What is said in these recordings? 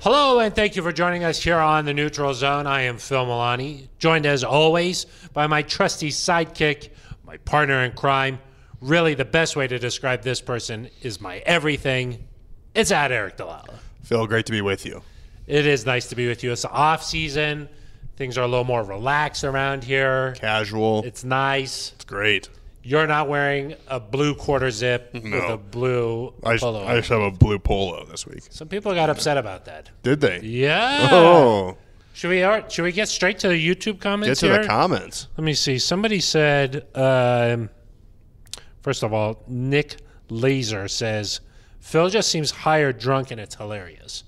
Hello, and thank you for joining us here on the Neutral Zone. I am Phil Milani, joined as always by my trusty sidekick, my partner in crime. Really, the best way to describe this person is my everything. It's at Eric Delala. Phil, great to be with you. It is nice to be with you. It's the off season. Things are a little more relaxed around here. Casual. It's It's nice. great. You're not wearing a blue quarter zip with a blue I just, polo. I just have a blue polo this week. Some people got upset about that. Did they? Yeah. Oh, Should we all right, should we get straight to the YouTube get comments to here? the comments. Let me see. Somebody said, um, first of all, Nick Laser says, Phil just seems high or drunk and it's hilarious.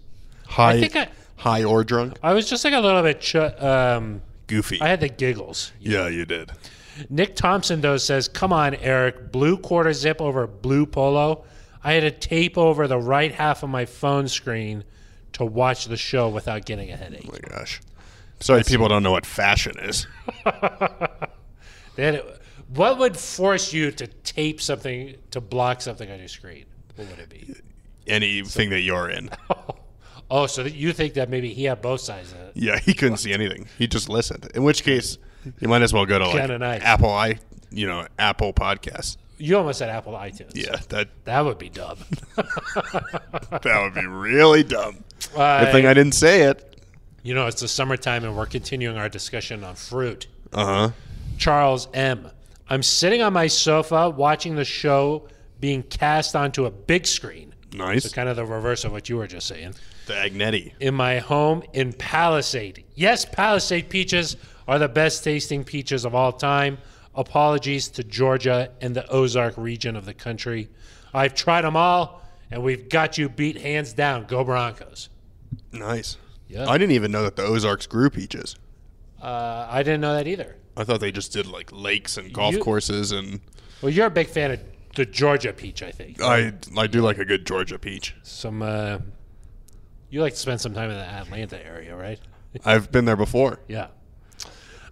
High, think I- high or drunk? I was just like a little bit, ch- um, Goofy. I had the giggles. yeah, you did. Oh Nick Thompson, though, says, Come on, Eric, blue quarter zip over blue polo. I had to tape over the right half of my phone screen to watch the show without getting a headache. Oh my gosh. Sorry, people don't know what fashion is. They had to- what would force you to tape something to block something on your screen? What would it be? Anything that you're in. Oh, so that you think that maybe he had both sides of it? Yeah, he couldn't see anything. He just listened. In which case, you might as well go to like Kinda nice. Apple i, you know, Apple Podcasts. You almost said Apple iTunes. Yeah, that that would be dumb. that would be really dumb. Good Uh, thing I didn't say it. you know, it's the summertime, and we're continuing our discussion on fruit. Uh huh. Charles M. I'm sitting on my sofa watching the show being cast onto a big screen. Nice. Kind of the reverse of what you were just saying. The Agnetti. in my home in Palisade. Yes, Palisade peaches are the best tasting peaches of all time. Apologies to Georgia and the Ozark region of the country. I've tried them all, and we've got you beat hands down. Go Broncos. Nice. Yeah. I didn't even know that the Ozarks grew peaches. Uh, I didn't know that either. I thought they just did like lakes and golf You- courses, and Well, you're a big fan of the Georgia peach, I think. I I do like a good Georgia peach. Some uh, you like to spend some time in the Atlanta area, right? I've been there before. Yeah.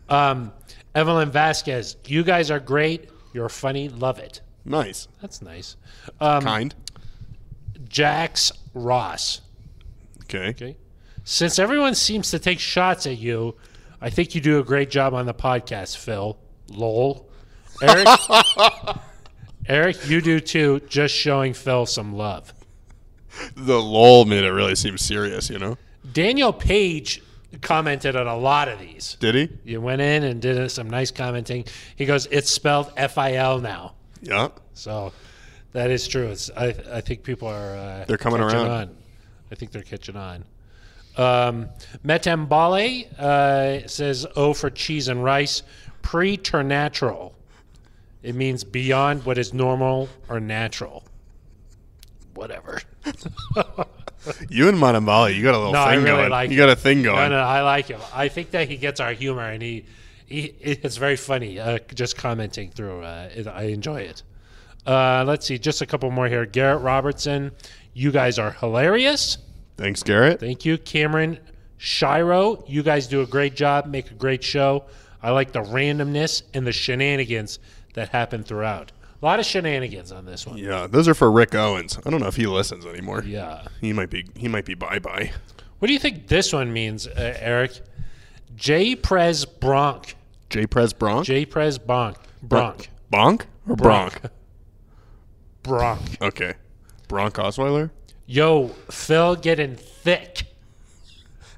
Um, Evelyn Vasquez, you guys are great. You're funny. Love it. Nice, That's nice. Um, kind. Jax Ross. Okay. Okay. Since everyone seems to take shots at you, I think you do a great job on the podcast, Phil. Lol. Eric, Eric, you do too. Just showing Phil some love. The lol made it really seem serious. You know? Daniel Page commented on a lot of these. Did he? You went in and did some nice commenting. He goes, "It's spelled F I L now." Yeah. So that is true. It's I, I think people are uh, They're coming catching around. On. I think they're catching on. Um, Metambale uh, says "O for cheese and rice, preternatural." It means beyond what is normal or natural. Whatever. You and Manambali, you got a little No, I thing really going. like you it. got a thing No, going. no, I like him. I think that he gets our humor, and he, he it's very funny. Uh, just commenting through, uh, it, I enjoy it. Uh, let's see, just a couple more here. Garrett Robertson, you guys are hilarious. Thanks, Garrett. Thank you, Cameron Shiro. You guys do a great job. Make a great show. I like the randomness and the shenanigans that happen throughout. A lot of shenanigans on this one. yeah, those are for Rick Owens. I don't know if he listens anymore. Yeah. He might be. He might be. Bye bye. What do you think this one means, uh, Eric? J. Prez Bronk. J. Prez Bronk. J. Prez Bronk. Bronk. Bonk or Bronk? Bronk. okay. Bronk Osweiler. Yo, Phil getting thick.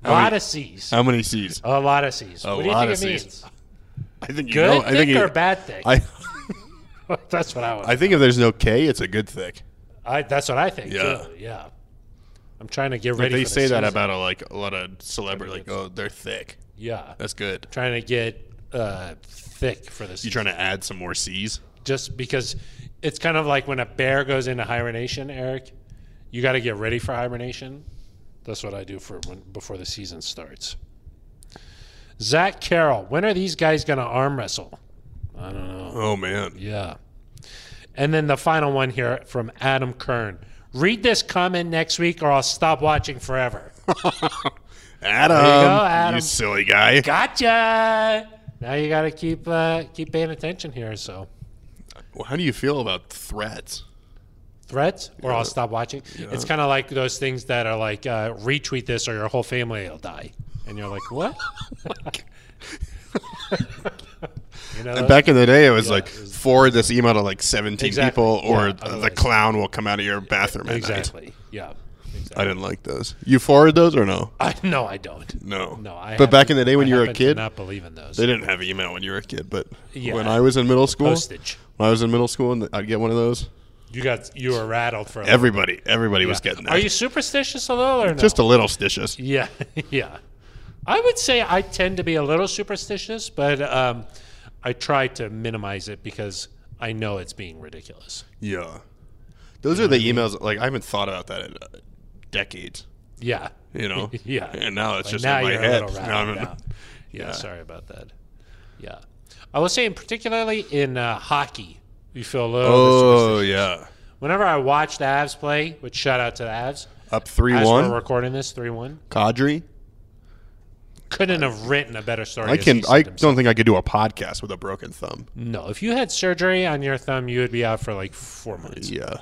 A lot many- of C's. How many C's? A lot of C's. Oh, what do you lot think of it Cs. means? I think you Good know. oh, I thick think he- or bad thick? I that's what I would. I think if there's no K, it's a good thick. I, that's what I think. Yeah. Too. Yeah. I'm trying to get ready. they for the say that season. about a, like a lot of celebrities. Like, oh, they're thick. Yeah. That's good. Trying to get uh, thick for this. You trying to add some more C's? Just because it's kind of like when a bear goes into hibernation, Eric. You got to get ready for hibernation. That's what I do for when, before the season starts. Zach Carroll, when are these guys going to arm wrestle? I don't know. Oh man, Yeah. And then the final one here from Adam Kern. Read this comment next week or I'll stop watching forever. Adam, you, Adam. silly guy. Gotcha. Now you got to keep uh, keep paying attention here. So Well, how do you feel about threats? threats or I'll stop watching. It's kind of like those things that are like uh, retweet this or your whole family will die, and you're like, what? Oh you know, those- Uh, Back in the day, it was Yeah, like it was- forward this email to like 17 Exactly. people, or Yeah, the otherwise- clown will come out of your bathroom. at night. exactly. Yeah. I didn't like those. You forward those or no? I, no, I don't. No. No, I. But back in the happen- day when I you were a happen to kid, not believe in those. they didn't have email when you were a kid. But Yeah. when I was in middle school, Postage. when I was in middle school, and I'd get one of those. You got you were rattled for a little Everybody, everybody was getting that. Are you superstitious at all or no? Just a little stitious. yeah, yeah. I would say I tend to be a little superstitious, but um, I try to minimize it because I know it's being ridiculous. Yeah. Those are the emails. Like I haven't thought about that in uh, decades. Yeah, You know. yeah. And now it's But just now in my you're head. a little Now I'm rattled in- out. Yeah, sorry about that. Yeah, I was saying particularly in uh, hockey, you feel a little. Oh yeah. Whenever I watch the Avs play, which shout out to the Avs, Up three as we're one. recording this three one, Kadri. couldn't have written a better story. I as he can. said I himself. Mm-hmm. don't think I could do a podcast with a broken thumb. No, if you had surgery on your thumb, you would be out for like four months. Yeah.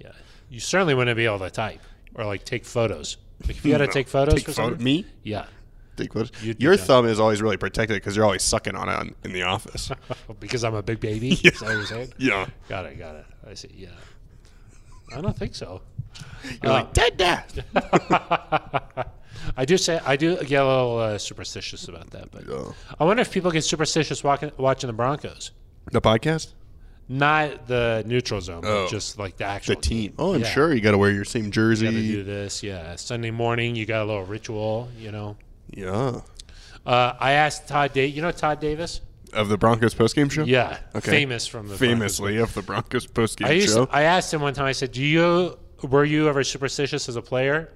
Yeah, you certainly wouldn't be able to type or like take photos. Like if you had to No. take photos Take for photo- something, me. yeah, Take photos. You'd be Your done. thumb is always really protected because you're always sucking on it on, in the office. because I'm a big baby. Is that what you're saying? yeah. Got it, got it. I see. Yeah, I don't think so. You're Uh, like dead death. I do say I do get a little uh, superstitious about that, but Yeah. I wonder if people get superstitious walking, watching the Broncos, The podcast. not the neutral zone, Oh. but just like the actual The team. Oh, I'm Yeah. sure you got to wear your same jersey. Gotta do this, yeah. Sunday morning, you got a little ritual, you know. yeah. Uh, I asked Todd. Da- you know Todd Davis? Of the Broncos postgame show. Yeah, Okay. famous from the Famously of the Broncos postgame I used. show. I asked him one time. I said, "Do you were you ever superstitious as a player?"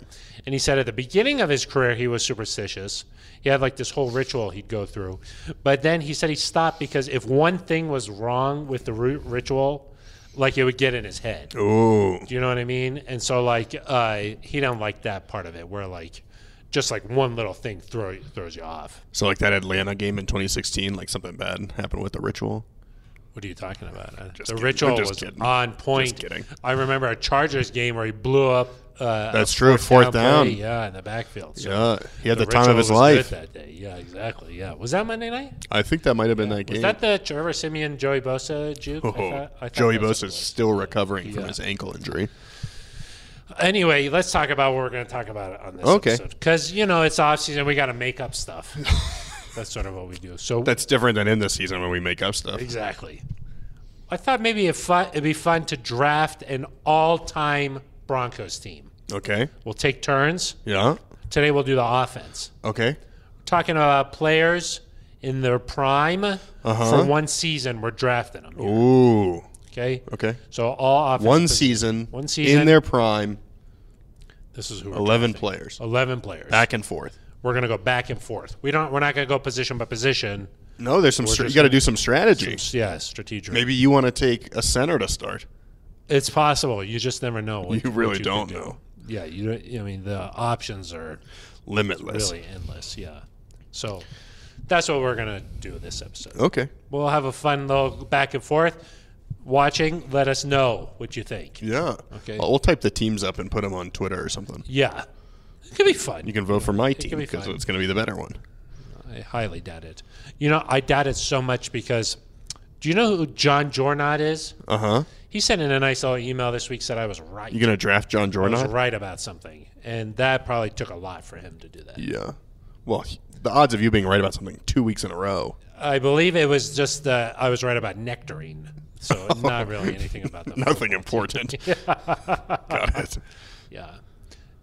And he said, at the beginning of his career, he was superstitious. He had like this whole ritual he'd go through, but then he said he stopped because if one thing was wrong with the ru- ritual, like it would get in his head. Oh, Do you know what I mean? And so like uh, he don't like that part of it where like just like one little thing throw, throws you off. so like that Atlanta game in 2016, like something bad happened with the ritual. What are you talking about? Uh, the kidding. I'm ritual just was kidding. on point. Just kidding. I remember a Chargers game where he blew up. Uh, That's a true, fourth down. play, yeah, in the backfield. So Yeah, he had the, the time ritual of his was life. good that day. Yeah, exactly. Yeah, was that Monday night? I think that might have been that Was game. that the Trevor Simeon Joey Bosa juke? I oh, thought- I thought Joey that's what it Bosa's was. still recovering from Yeah. his ankle injury. Anyway, let's talk about what we're going to talk about on this Okay. Because, you know, it's off season. We got to make up stuff. That's sort of what we do. So That's different than in the season when we make up stuff. exactly. I thought maybe it fu- it'd be fun to draft an all-time Broncos team. Okay. We'll take turns. Yeah. Today we'll do the offense. Okay. We're talking about players in their prime Uh-huh. for one season. We're drafting them. here, Ooh. Okay. Okay. So all offense. One season. One season. in their prime. This is who. We're Eleven players. Eleven players. Back and forth. We're gonna go back and forth. We don't. We're not gonna go position by position. No, there's some. Str- you got to do some strategy. Yeah, strategic. Maybe you want to take a center to start. It's possible. You just never know. What, You really what could don't do. know. Yeah, you. don't- I mean, the options are Limitless. really endless. Yeah. So that's what we're gonna do this episode. Okay. We'll have a fun little back and forth. Watching, let us know what you think. Yeah. Okay. Well, we'll type the teams up and put them on Twitter or something. Yeah, it could be fun. You can vote for my team be because fun. it's going to be the better one. I highly doubt it. You know, I doubt it so much because do you know who John Jornot is? Uh huh. He sent in a nice little email this week. Said I was right. You going to draft John I was Jordan? right about something, and that probably took a lot for him to do that. Yeah. Well, he- the odds of you being right about something two weeks in a row. I believe it was just uh, I was right about nectarine, so not really anything about them. Nothing important. Got it. Yeah,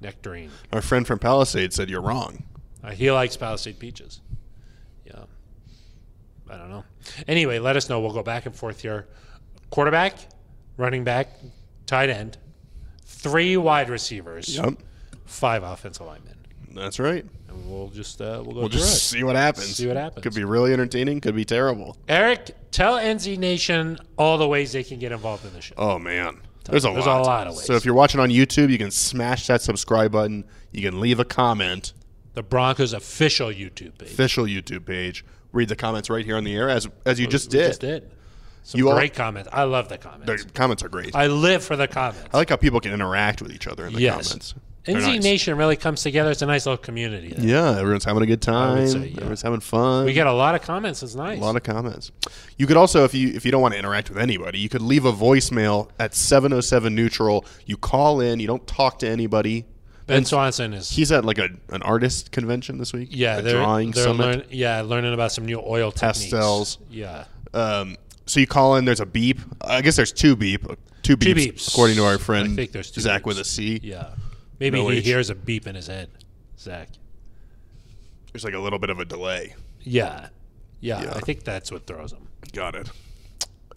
nectarine. Our friend from Palisade said you're wrong. Uh, he likes Palisade peaches. Yeah. I don't know. Anyway, let us know. We'll go back and forth here. Quarterback, running back, tight end, three wide receivers, Yep. five offensive linemen. That's right. And we'll just uh, we'll go We'll through just it. see what happens. See what happens. Could be really entertaining. Could be terrible. Eric, tell NZ Nation all the ways they can get involved in the show. Oh man, there's a There's lot. a lot of ways. So if you're watching on YouTube, you can smash that subscribe button. You can leave a comment. The Broncos official YouTube page. Official YouTube page. Read the comments right here on the air, as as you just We did. Just did. Some You all- great comments. I love the comments. The comments are great. I, I live for the comments. like how people can interact with each other in the Yes. comments. They're NZ nice. Nation really comes together. It's a nice little community. there. Yeah, everyone's having a good time. say, yeah. Everyone's having fun. We get a lot of comments. It's nice. a lot of comments. You could also, if you if you don't want to interact with anybody, you could leave a voicemail at seven zero seven neutral. You call in. You don't talk to anybody. ben Swanson is He's at like a an artist convention this week. yeah, a they're, drawing they're summit. learn- yeah, learning about some new oil techniques. Pastels. Yeah. Um, so you call in. There's a beep. I guess there's two beep. Two beeps, beeps. according to our I friend think there's two Zach beeps. with a C. Yeah. Maybe No he H. hears a beep in his head. Zach. There's like a little bit of a delay. Yeah. Yeah. Yeah. I think that's what throws him. Got it.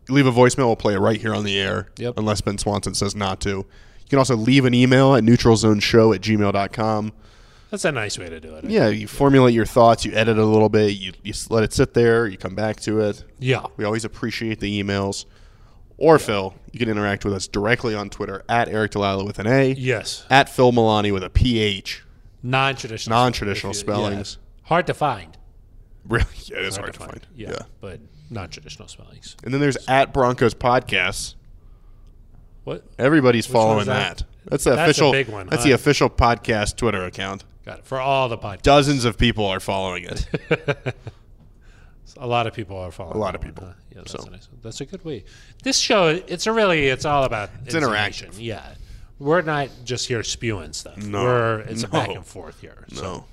Leave a voicemail. We'll play it right here on the air. Yep. Unless Ben Swanson says not to. You can also leave an email at neutralzoneshow at gmail.com. That's a nice way to do it. I Yeah, you formulate your thoughts, you edit a little bit, you, you s- let it sit there, you come back to it. Yeah. We always appreciate the emails. Or Phil, you can interact with us directly on Twitter at Eric Delila with an A, Yes. at Phil Milani with a PH. Non traditional. Non traditional spellings. Hard to find. Really? Yeah, it is hard, to find. Yeah. But non traditional spellings. And then there's at Broncos Podcasts. What? Everybody's following one's that? that? That's the That's a official. big one, that's huh? the official podcast Twitter account. Got it. For all the podcasts. Dozens of people are following it. A lot of people are following. A lot that of one, people. huh? Yeah, that's, So. a nice. that's a good way. This show, it's a really, it's all about it's interactive. Yeah, we're not just here spewing stuff. No. we're it's a back No. and forth here. So so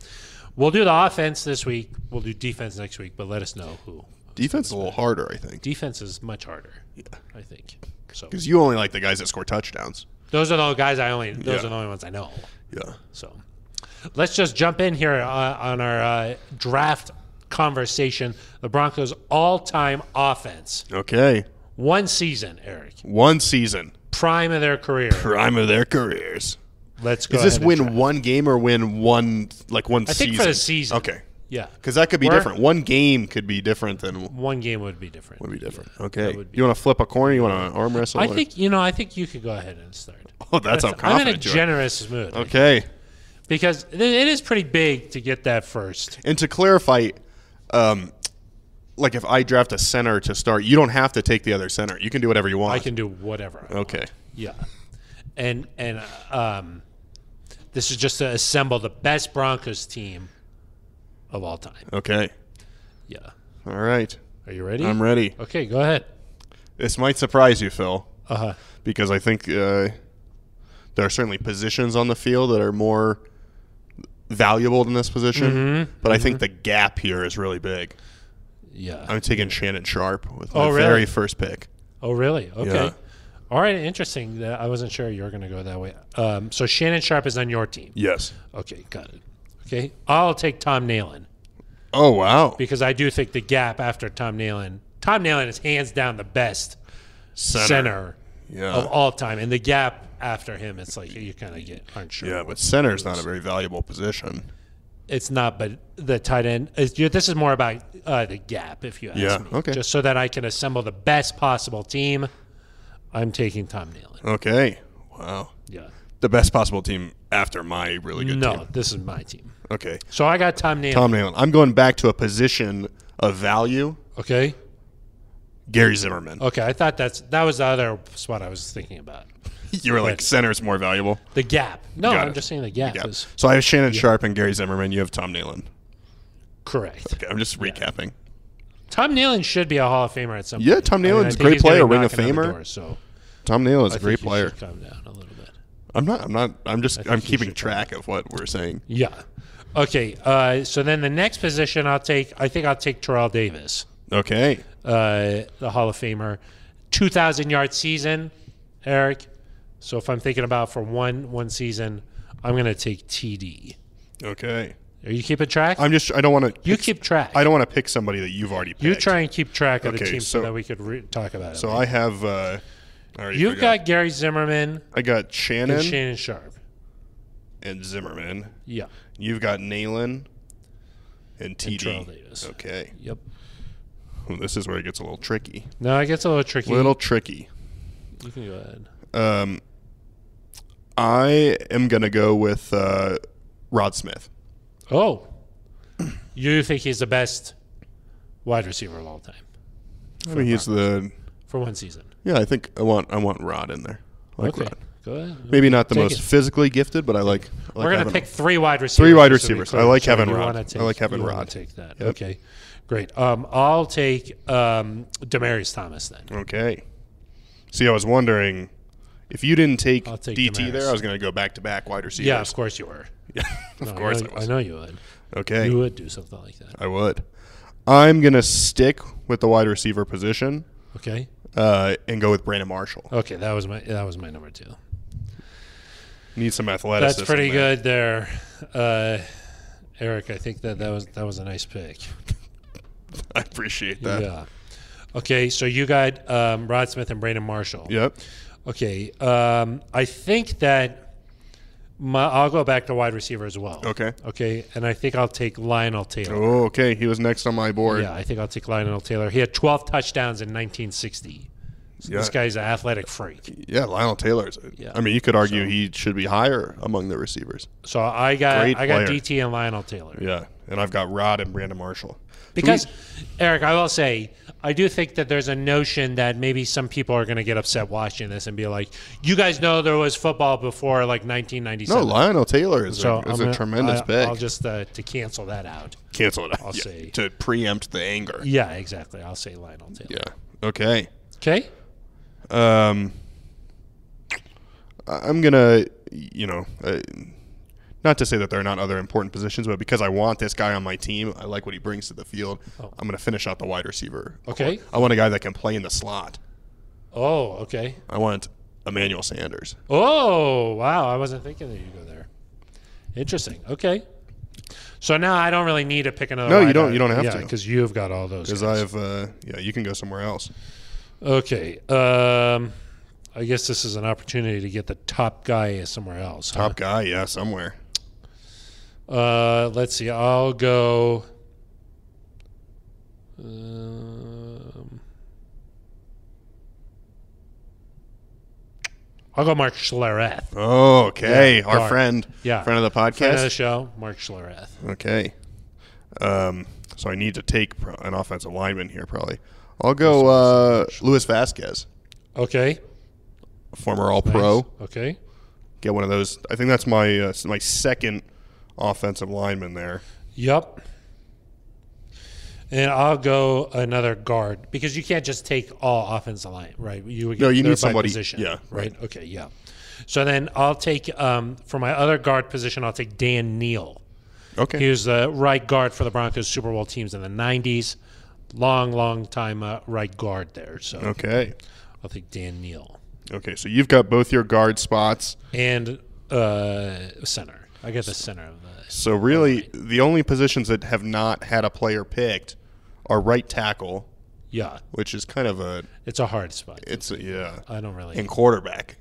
we'll do the offense this week. We'll do defense next week. But let us know who. defense is a little harder, I think, Defense is much harder. Yeah, I think. So because you only like the guys that score touchdowns. those are the guys I only. Those Yeah. are the only ones I know. Yeah. So let's just jump in here uh, on our uh, draft conversation. The Broncos' all-time offense. Okay. One season, Eric. One season, Prime of their career. prime of their careers. Let's go. Is this ahead and win try. one game or win one like one I season? think for the season. Okay. Yeah. Because that could be We're- different. One game could be different than One game would be different. would be different. Okay. would be- you want to flip a corner? You want to arm wrestle? I or- think you know. I think you could go ahead and start. Oh, that's, how I'm in confident a you are. generous mood okay. because it it is pretty big to get that first. And to clarify, um, like if I draft a center to start, you don't have to take the other center. You can do whatever you want. I can do whatever. Okay. Yeah, and and uh, um, this is just to assemble the best Broncos team of all time. Okay. Yeah. All right. Are you ready? I'm ready. Okay, go ahead. This might surprise you, Phil, Uh huh. because I think uh, there are certainly positions on the field that are more valuable than this position. Mm-hmm. But I think the gap here is really big. Yeah. I'm taking Shannon Sharp with my Oh, really? very first pick. Oh, really? Okay. Yeah. All right. Interesting. That I wasn't sure you were going to go that way. Um, so Shannon Sharp is on your team. Yes. Okay, got it. Okay, I'll take Tom Nalen Oh wow! because I do think the gap after Tom Nalen. Tom Nalen is hands down the best center, Yeah. of all time, and the gap after him, it's like you kind of get aren't sure. yeah, but center is not a very valuable position. It's not, but the tight end. Is, this is more about uh, the gap, if you ask Yeah, me. okay. Just so that I can assemble the best possible team, I'm taking Tom Nalen. Okay. Wow. Yeah. the best possible team after my really good no, team. this is my team. Okay. So I got Tom Nalen. Tom Nalen. I'm going back to a position of value. Okay. Gary Zimmerman. Okay. I thought that's that was the other spot I was thinking about. you were like center is more valuable. The gap. No, Got I'm it. just saying the gap Yeah. is So I have Shannon Sharp and Gary Zimmerman. You have Tom Nalen. correct. Okay, I'm just recapping. Tom Nalen should be a Hall of Famer at some Yeah, point. Tom I Nalen's think great he's gonna player, be Ring of knocking on the Famer. door, so Tom Nalen is a I think great he player. should Calm down a little bit. I'm not. I'm not. I'm just. I'm he keeping should track of what we're saying. Yeah. Okay. Uh, so then the next position I'll take, I think I'll take Terrell Davis, Okay. uh, the Hall of Famer, 2,000 yard season, Eric. So if I'm thinking about for one one season, I'm going to take TD. Okay. Are you keeping track? I'm just. I don't want to. you keep track. I don't want to pick somebody that you've already picked. You try and keep track of the Okay, team so, so- that we could re- talk about it. So I have. Uh, I already You've forgot. got Gary Zimmerman I got Shannon and Shannon Sharp. and Zimmerman. Yeah. You've got Nalen and TD. Terrell Davis. Okay. Yep. Well, this is where it gets a little tricky. No, it gets a little tricky. little tricky. You can go ahead. Um, I am going to go with uh, Rod Smith. Oh, you think he's the best wide receiver of all time I mean, he's the for for one season. Yeah, I think I want I want Rod in there. I like Okay. Rod. Go ahead. Maybe not the Take most it. physically gifted, but I like. I like We're having gonna him. pick three wide receivers. Three wide just to be receivers. clear. I like So having you Rod. wanna I like having you wanna Rod. Take that. Okay, great. Um, I'll take um, Demarius Thomas then. Okay. See, I was wondering if you didn't take, I'll take DT Damaris. there, I was going to go back to back wide Yeah, of receivers. course you were. Yeah, of No, I course know- I I was. know you would. Okay, You would do something like that. I would. I'm going to stick with the wide receiver position Okay. uh, and go with Brandon Marshall. Okay, that was my that was my number two. Need some athleticism. That's pretty there. good there, uh, Eric. I think that that was that was a nice pick. I appreciate that. yeah. Okay, so you got um, Rod Smith and Brandon Marshall. Yep. Okay. Um, I think that my, I'll go back to wide receiver as well. Okay. Okay. And I think I'll take Lionel Taylor. Oh, okay. He was next on my board. Yeah, I think I'll take Lionel Taylor. He had 12 touchdowns in 1960. So This Yeah. guy's an athletic freak. Yeah, Lionel Taylor's. uh, Yeah. I mean, you could argue he should be higher among the receivers. So I got Great I got player. DT and Lionel Taylor. Yeah, and I've got Rod and Brandon Marshall. Because, Eric, I will say, I do think that there's a notion that maybe some people are going to get upset watching this and be like, you guys know there was football before like 1997. No, Lionel Taylor is So a, is I'm a gonna- tremendous I, pick. I'll just uh, to cancel that out. cancel it out. I'll Yeah, say- to preempt the anger. Yeah, exactly. I'll say Lionel Taylor. Yeah. Okay. Okay. Um, I- I'm gonna, you know, uh, not to say that there are not other important positions, but because I want this guy on my team, I like what he brings to the field. Oh. I'm gonna finish out the wide receiver. Okay. I want a guy that can play in the slot. Oh, okay. I want Emmanuel Sanders. Oh, wow. I wasn't thinking that you go there. Interesting. Okay. So now I don't really need to pick another. No, you wide don't- out. you don't have yeah, to. because you've got all those. Because guys. I have, uh, yeah, you can go somewhere else. Okay. Um, I guess this is an opportunity to get the top guy somewhere else. huh? Top guy, yeah, somewhere. Uh, let's see. I'll go. Um, I'll go Mark Schlereth. Oh, okay, Yeah, our guard. friend, Yeah. friend of the Friend of podcast. the show, Mark Schlereth. Okay. Um, so I need to take pro- an offensive lineman here, probably. I'll go uh, Luis Vasquez, Okay. former All Pro. Nice. Okay. Get one of those. I think that's my uh, s- my second offensive lineman there. Yep. And I'll go another guard because you can't just take all offensive line, right? You would No, you they're need by somebody- Position, yeah, right. Okay, yeah. So then I'll take um, for my other guard position, I'll take Dan Neal. Okay. He was the right guard for the Broncos Super Bowl teams in the '90s. Long, long time uh, right guard there. So okay. I'll take Dan Neal Okay. So you've got both your guard spots. and uh, center. I get the center of the. So really, the only positions that have not had a player picked are right tackle, Yeah, which is kind of a it's a hard spot. it's a, yeah, I don't really and quarterback.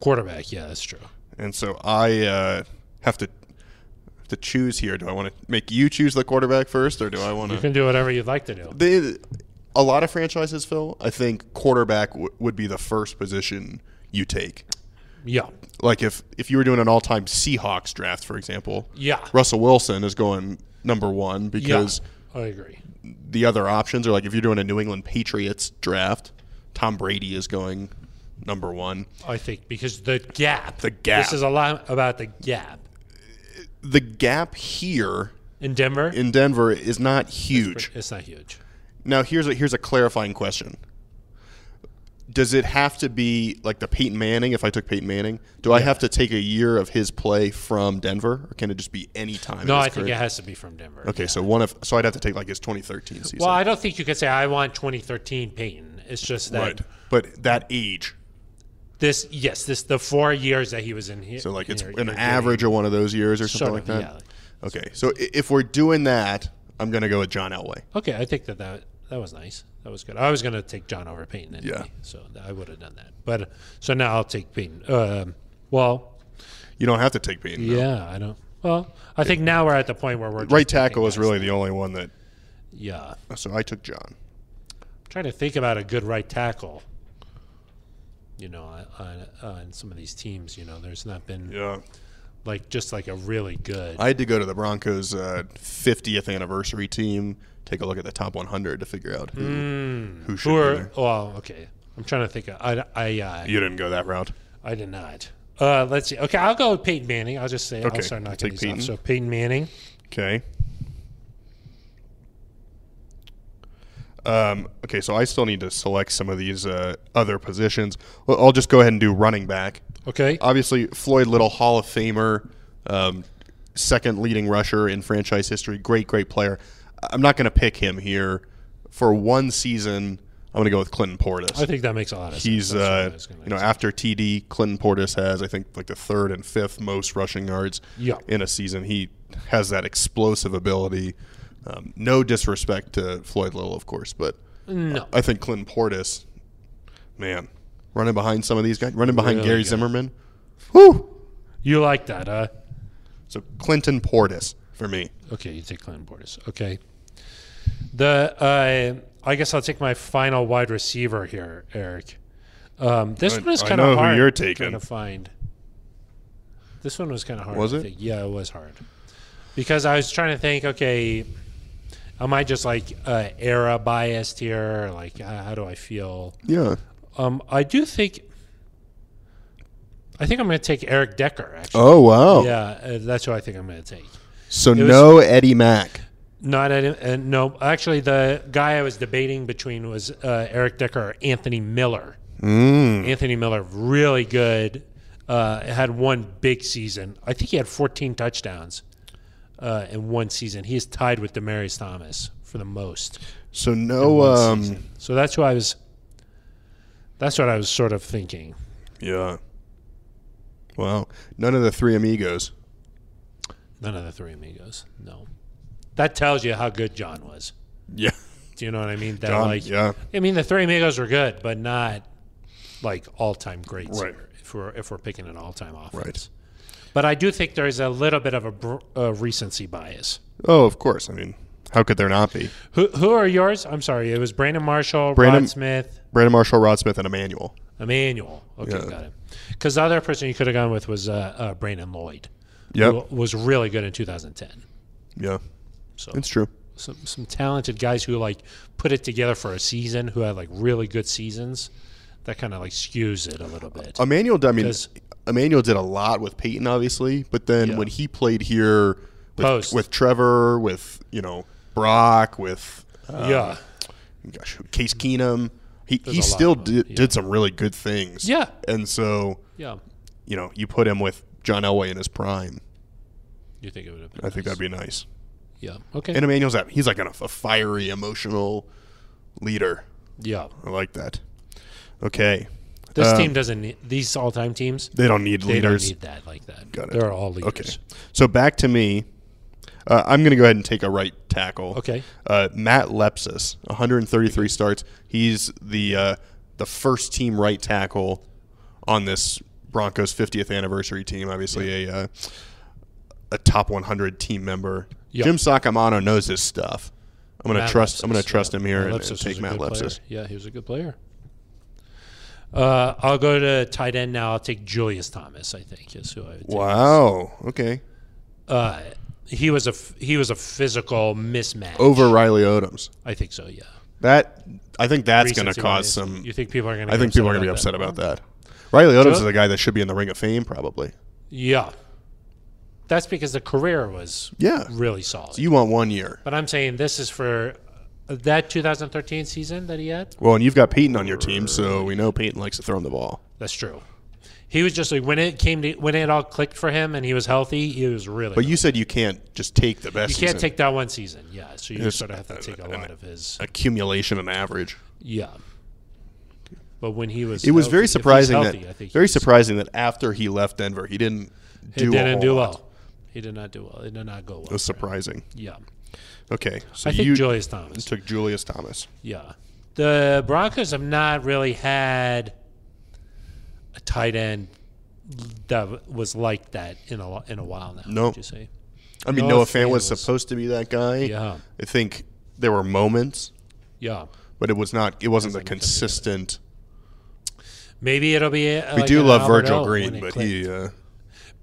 quarterback. Yeah, that's true. And so I uh, have to have to choose here. Do I want to make you choose the quarterback first, or do I want You to? can do whatever you'd like to do. They, a lot of franchises, Phil. I think quarterback w- would be the first position you take. Yeah. Like if if you were doing an all time Seahawks draft, for example, Yeah. Russell Wilson is going number one because I agree. the other options are like if you're doing a New England Patriots draft, Tom Brady is going number one. I think because the gap. The gap. This is a lot about the gap. The gap here In Denver, in Denver is not huge. it's not huge. Now here's a here's a clarifying question. Does it have to be like the Peyton Manning? If I took Peyton Manning, do I have to take a year of his play from Denver, or can it just be any time? No, in I his think it career? has to be from Denver. Okay, so one of so I'd have to take like his 2013 season, Well, I don't think you could say I want 2013 Peyton. It's just that right? But that age, this, yes, this the four years that he was in here. so like it's here, an you're doing average of one of those years or something sort like of, that. yeah. Okay, so i- if we're doing that, I'm gonna go with John Elway. Okay, I think that, that that was nice. That was good. I was going to take John over Peyton anyway, Yeah. so I would have done that. But so now I'll take Peyton. Um, well, You don't have to take Peyton. though. yeah, I don't. Well, I think now we're at the point where we're just Right taking tackle is guys. really the only one that. yeah. So I took John. trying to think about a good right tackle. You know, on, on, on some of these teams, you know, there's not been Yeah. like just like a really good. I had to go to the Broncos' uh, 50th anniversary team, take a look at the top 100 to figure out who, who should Hmm. who be are there. well, okay, I'm trying to think. Of, I I uh, You didn't go that route. I did not. Uh, let's see. Okay, I'll go with Peyton Manning. I'll just say Okay, I'll start knocking take these Peyton. off. So Peyton Manning. Okay. Um, okay, so I still need to select some of these uh, other positions. Well, I'll just go ahead and do running back. Okay. Obviously, Floyd Little, Hall of Famer, um, second leading rusher in franchise history. Great, great player. I- I'm not going to pick him here for one season. I'm going to go with Clinton Portis. I think that makes a lot of He's sense. That's what I uh, was gonna you know after TD, Clinton Portis has I think like the third and fifth most rushing yards Yeah. in a season. He has that explosive ability. Um, no disrespect to Floyd Little, of course, but No. I think Clinton Portis, man, running behind some of these guys, running behind Really Gary good. Zimmerman. Whew. You like that, huh? So Clinton Portis for me. Okay, you take Clinton Portis. Okay. The uh, I guess I'll take my final wide receiver here, Eric. Um, this I- one is I kind know of who hard you're taking. to find. This one was kind of hard. Was to it? think. Yeah, it was hard because I was trying to think. Okay, am I just like uh, era biased here? Like, uh, how do I feel? Yeah. Um, I do think. I think I'm going to take Eric Decker. Actually, Oh wow. yeah, uh, that's who I think I'm going to take. So was- no Eddie Mack. Not at uh, no. Actually, the guy I was debating between was uh, Eric Decker or Anthony Miller. Mm. Anthony Miller, really good. Uh, had one big season. I think he had 14 touchdowns uh, in one season. He is tied with Demarius Thomas for the most. So no. Um, So that's who I was. That's what I was sort of thinking. yeah. Wow. None of the three amigos. None of the three amigos. No, that tells you how good John was. Yeah. Do you know what I mean? That John, like yeah. I mean, the Three Amigos were good, but not like all-time greats. Right. here, If we're if we're picking an all-time offense, Right. But I do think there's a little bit of a, br- a recency bias. Oh, of course. I mean, how could there not be? Who who are yours? I'm sorry, it was Brandon Marshall, Brandon- Rod Smith, Brandon Marshall, Rod Smith, and Emmanuel. Emmanuel. Okay, Yeah. got it. Because the other person you could have gone with was uh, uh, Brandon Lloyd, Yep. who was really good in 2010. Yeah. So It's true. some some talented guys who like put it together for a season, who had like really good seasons. That kind of like skews it a little bit. Emmanuel, I mean, 'Cause- Emmanuel did a lot with Peyton, obviously, but then Yeah. when he played here with, Post. with Trevor, with, you know, Brock, with uh, yeah. gosh, Case Keenum, he, he a lot still of them, did, yeah. did some really good things. Yeah. And so, Yeah. you know, you put him with John Elway in his prime. You think it would have been? I think that'd be nice. Yeah. Okay. And Emmanuel's that. He's like an, a fiery, emotional leader. yeah. I like that. Okay. This Um, team doesn't. Need, these all-time teams. They don't need They leaders. don't need that like that. Got it. They're all leaders. okay. So back to me. Uh, I'm going to go ahead and take a right tackle. Okay. Uh, Matt Lepsis, 133 starts. He's the uh, the first team right tackle on this Broncos 50th anniversary team. Obviously a uh, a top 100 team member. Yeah. Jim Sakamano knows his stuff. I'm going to Matt trust. I'm Lepsis, going to trust him here and, Lepsis and was take a Matt good player. Lepsis. Yeah, he was a good player. Uh, I'll go to tight end now. I'll take Julius Thomas. I think is who I would. Take. Wow. Okay. Uh, he was a f- he was a physical mismatch. Over Riley Odoms. I think so. Yeah. That I think that's going to Recency cause bias. some. You think people are going to? I think people are going to be upset about that. Riley Odoms is a guy that should be in the Ring of Fame, probably. Yeah. That's because the career was Yeah. really solid. You want one year. But I'm saying this is for uh, that 2013 season that he had. Well, and you've got Peyton on your team, so we know Peyton likes to throw him the ball. That's true. He was just like when it came to when it all clicked for him and he was healthy. He was really. But you said you can't just take the best. you can't season. take that one season, yeah. So you It's- sort of have to take a lot of his, accumulation and average. yeah. But when he was, It was healthy- if very he's surprising healthy, I that think he very was- surprising that after he left Denver, he didn't He do a didn't whole do lot. well. He did not do well. It did not go It well. was surprising. Yeah, Okay, so I think you Julius Thomas. took Julius Thomas. Yeah. The Broncos have not really had a tight end that was like that in a in a while now. No. Would you say? I mean, Noah, Noah Fant Fant was, was- supposed to be that guy. Yeah. I think there were moments, Yeah. but it was not. It wasn't the consistent. Maybe it'll be. uh, We like do an love Albert O Virgil when Green, it but clicked. he, uh,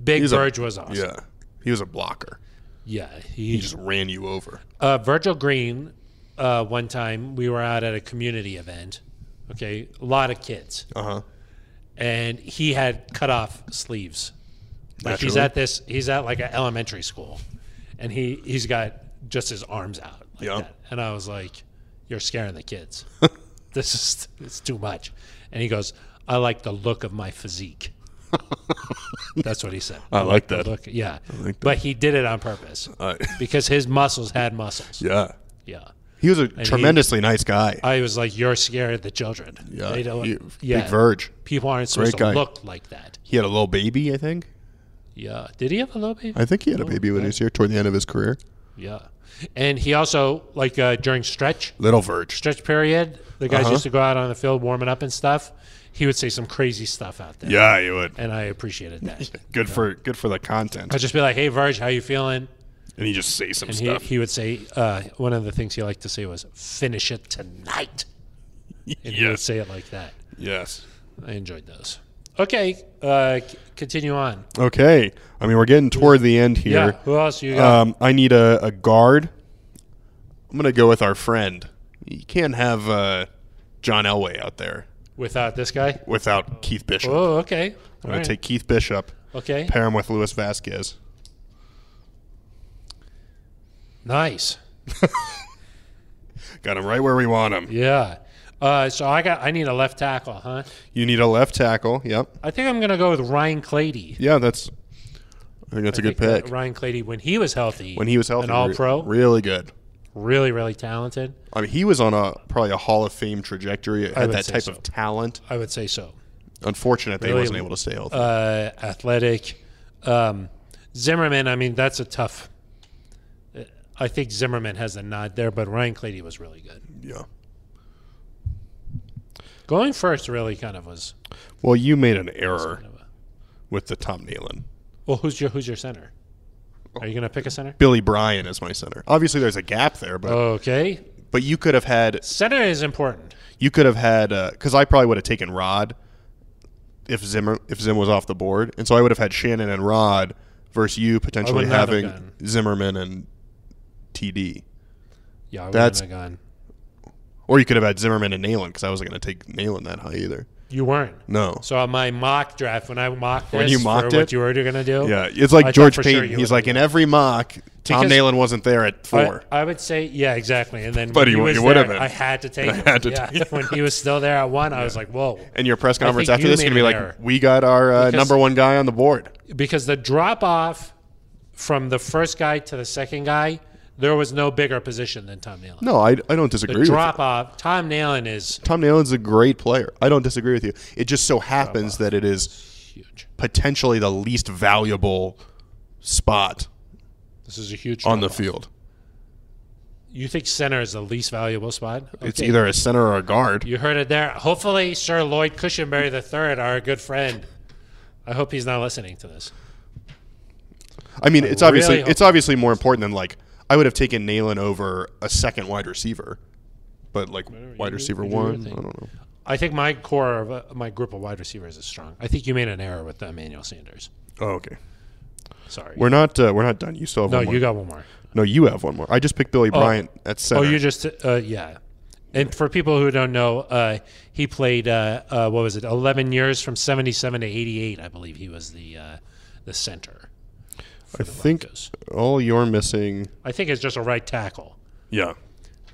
Big he's a- Verge was awesome. yeah, he was a blocker. Yeah. He He, just ran you over. uh, Virgil Green. Uh, one time we were out at a community event, Okay, a lot of kids, Uh huh. and he had cut off sleeves. Like he's Naturally. at this, he's at like an elementary school, and he he's got just his arms out. Like Yeah. that. And I was like, "You're scaring the kids. this is it's too much." And he goes, "I like the look of my physique." That's what he said. I like that. Look, yeah, Uh, like that. but he did it on purpose I- because his muscles had muscles. yeah. yeah. He was a tremendously nice guy. I was like, "You're scared of the children." yeah. They don't- he- yeah. Big Verge. People aren't supposed Great to guy. look like that. He had a little baby, I think. Yeah. Did he have a little baby? I think he had a baby when he was here toward the end of his career. yeah. And he also like uh, during stretch Little Verge. stretch period, the guys Uh-huh. used to go out on the field warming up and stuff. He would say some crazy stuff out there. Yeah, he would. And I appreciated that. Good for good for the content. I'd just be like, "Hey, Verge, how you feeling?" And he just say some And he, he would say uh, one of the things he liked to say was "Finish it tonight." And he would say it like that. Yes. I enjoyed those. Okay, uh, c- continue on. Okay. I mean, we're getting toward the end Yeah. here. Who else you got? Um, I need a, a guard. I'm gonna go with our friend. You can't have uh, John Elway out there Without this guy? without Keith Bishop. Oh, okay. I'm All gonna right. take Keith Bishop, okay. pair him with Luis Vasquez. Nice. Got him right where we want him. Yeah. Uh, so I got. I need a left tackle, huh? You need a left tackle. Yep. I think I'm gonna go with Ryan Clady. Yeah, that's. I think that's a I good think that pick. Ryan Clady, when he was healthy, When he was healthy, an All-Pro? re- really good. really, really talented. I mean, he was on a probably a Hall of Fame trajectory. Had would that say type so. of talent. I would say so. Unfortunate that he Really- wasn't able to stay healthy. Uh, athletic. Um, Zimmerman. I mean, that's a tough. I think Zimmerman has a nod there, but Ryan Clady was really good. yeah. Going first really kind of was. Well, you made an error kind of a- with the Tom Nealon. Well, who's your who's your center? Oh. Are you gonna pick a center? Billy Bryan is my center. Obviously, there's a gap there, but Okay, but you could have had center is important. you could have had because I probably would have taken Rod if Zimmer if Zim was off the board, and so I would have had Shannon and Rod versus you potentially would not have having gone. Zimmerman and TD, Yeah, I That's- wouldn't have gone. or you could have had Zimmerman and Nalen because I wasn't going to take Nalen that high either. You weren't. No, So on my mock draft, when I mocked this When you mocked for it? what you were gonna do, yeah, it's Oh. I like thought George for sure Payton. you He's would like do in every mock, Tom Because- Nalen wasn't there at I, four. I would say, yeah, exactly. And then when But he he, w- was he would there, have been. I had to take. I him. had to Yeah. take him. when he was still there at one, I was like, whoa, and your press conference think after you this is made going to be an like, error. we got our uh, Because- number one guy on the board. because the drop off from the first guy to the second guy, there was no bigger position than Tom Nalen. No, I, I don't disagree. the with you. drop off, Tom Nalen is Tom Nalen's a great player. I don't disagree with you. It just so happens that it is huge. potentially the least valuable spot This is a huge. on the drop-off. field. you think center is the least valuable spot? It's Okay. either a center or a guard. You heard it there. Hopefully, Sir Lloyd Cushenberry III, our good friend. I hope he's not listening to this. I mean, it's obviously really hope- it's obviously more important than like I would have taken Nalen over a second wide receiver, but like wide do- receiver you do your one. I thing. don't know. I think my core of uh, my group of wide receivers is strong. I think you made an error with Emmanuel Sanders. Oh, okay. Sorry. We're not uh, we're not done. You still have no, one more. you got one more. no, you have one more. I just picked Billy Bryant at Oh, center. you just uh, yeah. And for people who don't know, uh, he played uh, uh, what was it, eleven years from seventy seven to eighty eight, I believe he was the uh, the center. I think Broncos. all you're missing. I think it's just a right tackle. Yeah.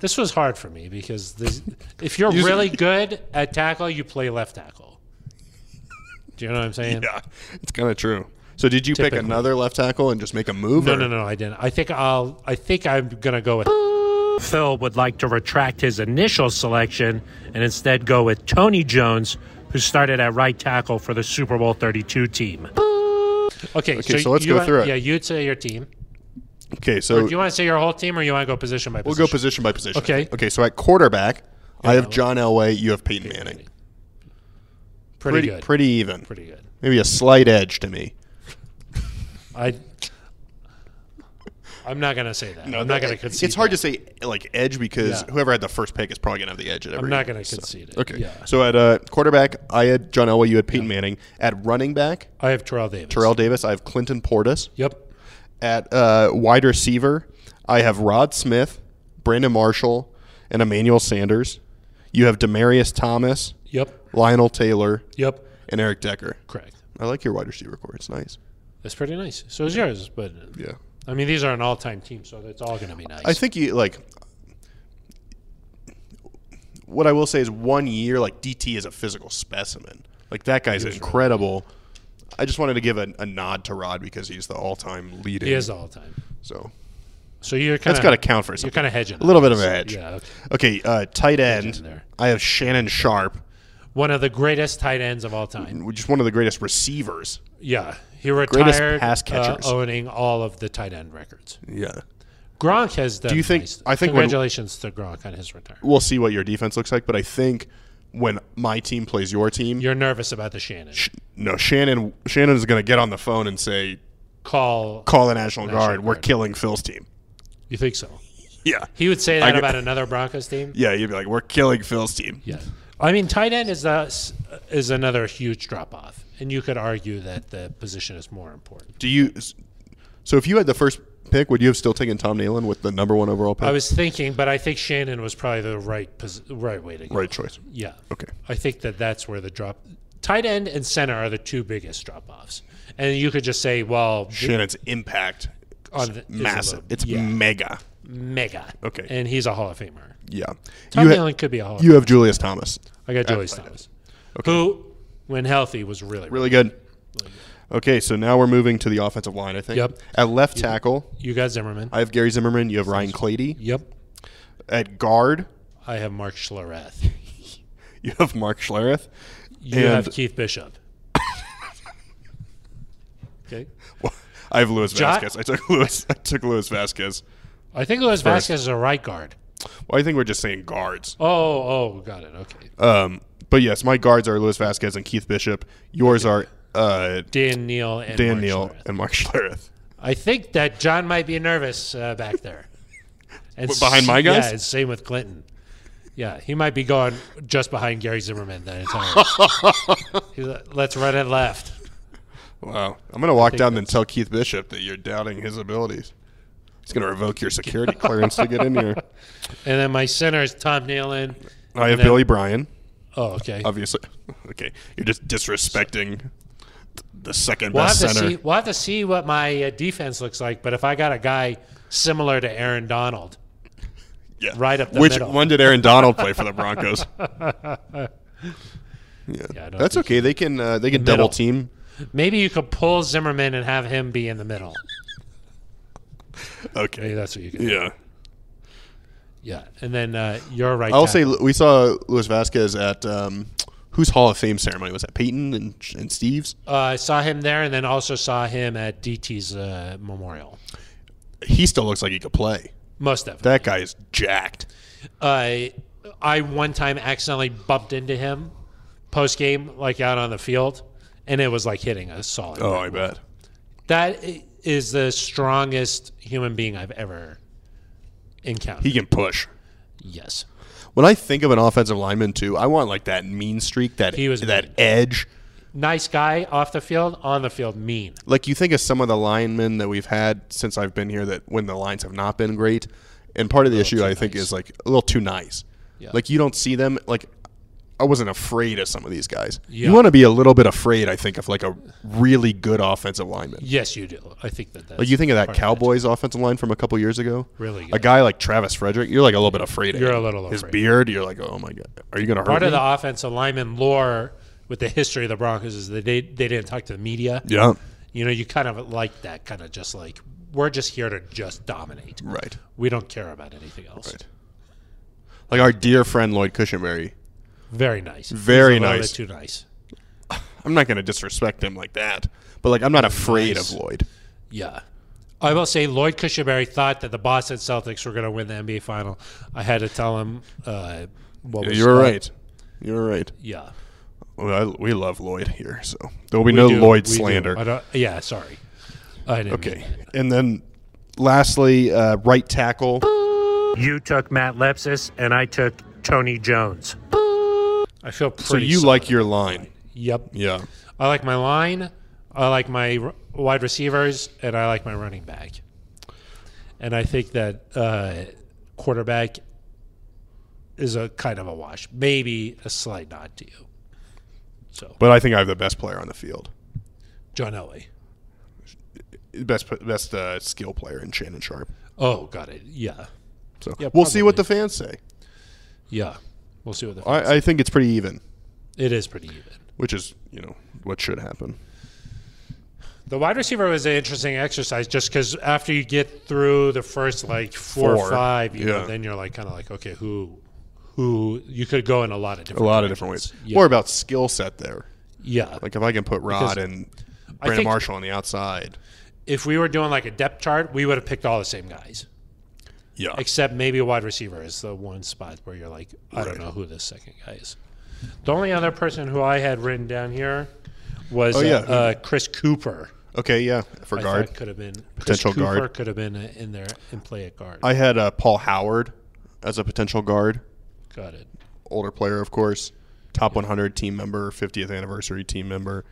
This was hard for me because this, if you're You- really good at tackle, you play left tackle. Do you know what I'm saying? Yeah, it's kind of true. So did you pick Typically. another left tackle and just make a move? No, or- no, no, I didn't. I think I'll. I think I'm gonna go with. Phil would like to retract his initial selection and instead go with Tony Jones, who started at right tackle for the Super Bowl 32 team. Okay, Okay, so let's you go wa- through it. Yeah, you'd say your team. Okay, so Do you want to say your whole team, or you want to go position by we'll position? go position by position. Okay. Okay, so at quarterback, I have John Elway. You have Peyton Manning. pretty, Pretty, good. pretty even. pretty good. Maybe a slight edge to me. I. I'm not gonna say that. I'm not gonna concede. It's hard that. to say like edge because Yeah. whoever had the first pick is probably gonna have the edge at every. I'm not gonna concede it. Okay. Yeah. So at uh, quarterback, I had John Elway. You had Peyton Manning. At running back, I have Terrell Davis. Terrell Davis. I have Clinton Portis. Yep. At uh, wide receiver, I have Rod Smith, Brandon Marshall, and Emmanuel Sanders. You have Demarius Thomas, Yep. Lionel Taylor, Yep. and Eric Decker. Correct. I like your wide receiver core. It's nice. That's pretty nice. So is yours, but Yeah. I mean these are an all-time team, so it's all going to be nice. I think you like. What I will say is, one year like DT is a physical specimen. Like that guy's incredible. I just wanted to give a, a nod to Rod because he's the all-time leading. he is all-time. So So you're kind that's got to count for You're something. kind of hedging. A little bit of an edge. Yeah. okay. Okay, uh, tight Legend end. there. I have Shannon Sharp, One of the greatest tight ends of all time. which is one of the greatest receivers. Yeah. He Greatest retired pass uh, catchers. owning all of the tight end records. Yeah. Gronk has done Do you think- nice. I think when- congratulations to Gronk on his retirement. We'll see what your defense looks like, but I think when my team plays your team, You're nervous about the Shannon. Sh- no Shannon Shannon is going to get on the phone and say, Call. "Call the National, Guard. We're Guard. killing Phil's team." You think so? Yeah. He would say I that got- about another Broncos team. Yeah, you'd be like, "We're killing Phil's team." Yeah. I mean, tight end is the, is another huge drop off, and you could argue that the position is more important. Do you So if you had the first pick, would you have still taken Tom Nealon with the number 1 overall pick? I was thinking, but I think Shannon was probably the right pos- right way to go. right choice. Yeah. Okay. I think that that's where the drop tight end and center are the two biggest drop offs, and you could just say, well, th- Shannon's impact on the, is a massive. little- It's yeah, mega. mega. Okay. And he's a Hall of Famer. Yeah. Tom you, ha- Allen could be a Hall. of you have Julius Thomas. I got Julius Thomas, who, when healthy, was really, really. Really good. Okay, so now we're moving to the offensive line, I think. Yep. At left tackle, You got Zimmerman. I have Gary Zimmerman, you have Ryan Clady. yep. At guard, I have Mark Schlereth. you have Mark Schlereth. You and have Keith Bishop. okay. I have Luis Ja- Vasquez. I took Luis I took Luis Vasquez. I think Luis Vasquez is a right guard. Well, I think we're just saying guards. Oh, oh, got it. Okay. Um, but yes, my guards are Luis Vasquez and Keith Bishop. Yours are uh, Dan Neal and Dan Mark Neal Schlereth. and Mark Schlereth. I think that John might be nervous uh, back there. And What, behind my s- guys? Yeah, and same with Clinton. Yeah, he might be going just behind Gary Zimmerman that entire. He's like, Let's run it left. Wow. I'm going to walk down and tell Keith Bishop that you're doubting his abilities. He's going to revoke your security clearance to get in here. And then my center is Tom Nealon. I have then- Billy Bryan, Oh, okay. obviously. Okay. You're just disrespecting th- the second We'll have, best to center. see, we'll have to see what my uh, defense looks like. But if I got a guy similar to Aaron Donald, Yeah. right up the Which middle. one did Aaron Donald play for the Broncos? yeah. don't That's think okay. They can uh, they can middle. double team. maybe you could pull Zimmerman and have him be in the middle. Maybe Okay. that's what you could. Yeah. Yeah, and then uh, your right. I'll tackle. say we saw Luis Vasquez at um, whose Hall of Fame ceremony was that? Peyton and, and Steve's. Uh, I saw him there, and then also saw him at DT's uh, memorial. He still looks like he could play. Most of them. That guy is jacked. I I one time accidentally bumped into him post game, like out on the field, and it was like hitting a solid. Oh, I bet. That i- is the strongest human being I've ever encountered. He can push. yes, When I think of an offensive lineman too, I want like that mean streak, that He was that mean. edge. nice guy off the field, on the field, mean. Like you think of some of the linemen that we've had since I've been here that when the lines have not been great. And part of the issue too I think nice. is like a little too nice. Yeah. Like you don't see them like I wasn't afraid of some of these guys. Yeah. You want to be a little bit afraid, I think, of like a really good offensive lineman. Yes, you do. I think that that's Like you think of that part it. Cowboys offensive line from a couple years ago. Really A good. guy like Travis Frederick, you're like a little bit afraid of You're him. a little His afraid. beard, you're like, oh my god, are you gonna hurt Part me? of the offensive lineman lore with the history of the Broncos is that they, they didn't talk to the media. yeah, You know, you kind of like that, kind of just like, we're just here to just dominate. right. We don't care about anything else. Right. Like our dear friend Lloyd Cushenberry. Very nice. He's Very a little nice. bit too nice. I'm not gonna disrespect him like that, but like I'm not afraid Nice. of Lloyd. Yeah. I will say Lloyd Cushenberry thought that the Boston Celtics were going to win the NBA final. I had to tell him uh, what was you were up. right. You were right. Yeah. Well, I, we love Lloyd here, so there will be We no do- Lloyd we do. slander. I don't- yeah, sorry. I didn't mean Okay, and then lastly, uh, right tackle. You took Matt Lepsis, and I took Tony Jones. I feel pretty. So you solid. like your line? Yep. Yeah. I like my line. I like my r- wide receivers, and I like my running back. And I think that uh, quarterback is a kind of a wash. Maybe a slight nod to you. So But I think I have the best player on the field, John Elway. best best uh, skill player in Shannon Sharp. Oh, got it. Yeah, So Yeah, we'll see what the fans say. yeah. We'll see what the I, I think it's pretty even, it is pretty even. which is you know what should happen. The wide receiver was an interesting exercise just because after you get through the first like four, or Four, five, you know, yeah. then you're like kind of like, okay, who, who, you could go in a lot of A different lot of different ways. Yeah. More about skill set there. Yeah. Like if I can put Rod Because and I Brandon think- Marshall on the outside. if we were doing like a depth chart, we would have picked all the same guys, Yeah. except maybe a wide receiver is the one spot where you're like, I don't know who this second guy is. The only other person who I had written down here was Oh, yeah. uh, uh, Chris Cooper. Okay. Yeah. For I guard, thought could have been Potential Chris guard. Cooper could have been uh, in there and play at guard. I had uh, Paul Howard as a potential guard, Got it. older player, of course, top 100 team member, 50th anniversary team member.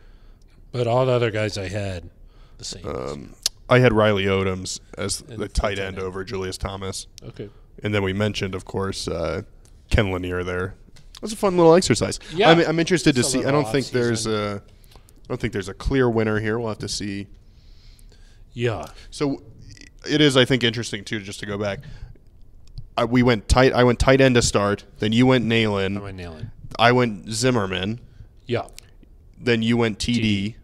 But all the other guys I had, the same. Um, I had Riley Odoms as the tight tight end over Julius Thomas, okay. and then we mentioned, of course, uh, Ken Lanier there. It was a fun little exercise. Yeah. I'm, I'm interested Just a to see. I little don't think there's off-season. a, I don't think there's a clear winner here. We'll have to see. Yeah. So it is, I think, interesting too. Just to go back, I, we went tight. I went tight end to start. Then you went Am I Nalen. nailing? I went Zimmerman. Yeah. Then you went TD.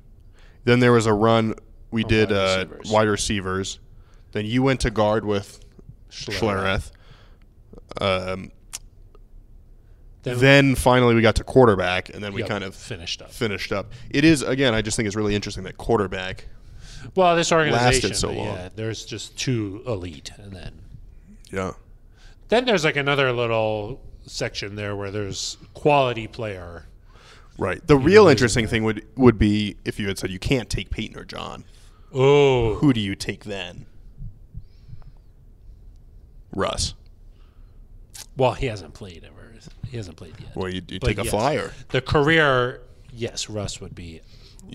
Then there was a run we did wide uh, receivers. wide receivers. Then you went to guard with Schlereth. Schlereth. Um, Then, then finally we got to quarterback, and then we yeah, kind of finished up. finished up. It is again. I just think it's really interesting that quarterback. Well, this organization, lasted so yeah, there's just two elite, and then Yeah. then there's like another little section there where there's quality player. Right. The real interesting thing would would be if you had said you can't take Peyton or John. Oh, Who do you take then? Russ. well, he hasn't played ever. He hasn't played yet. Well, you, you But take a yes. flyer. The career, yes, Russ would be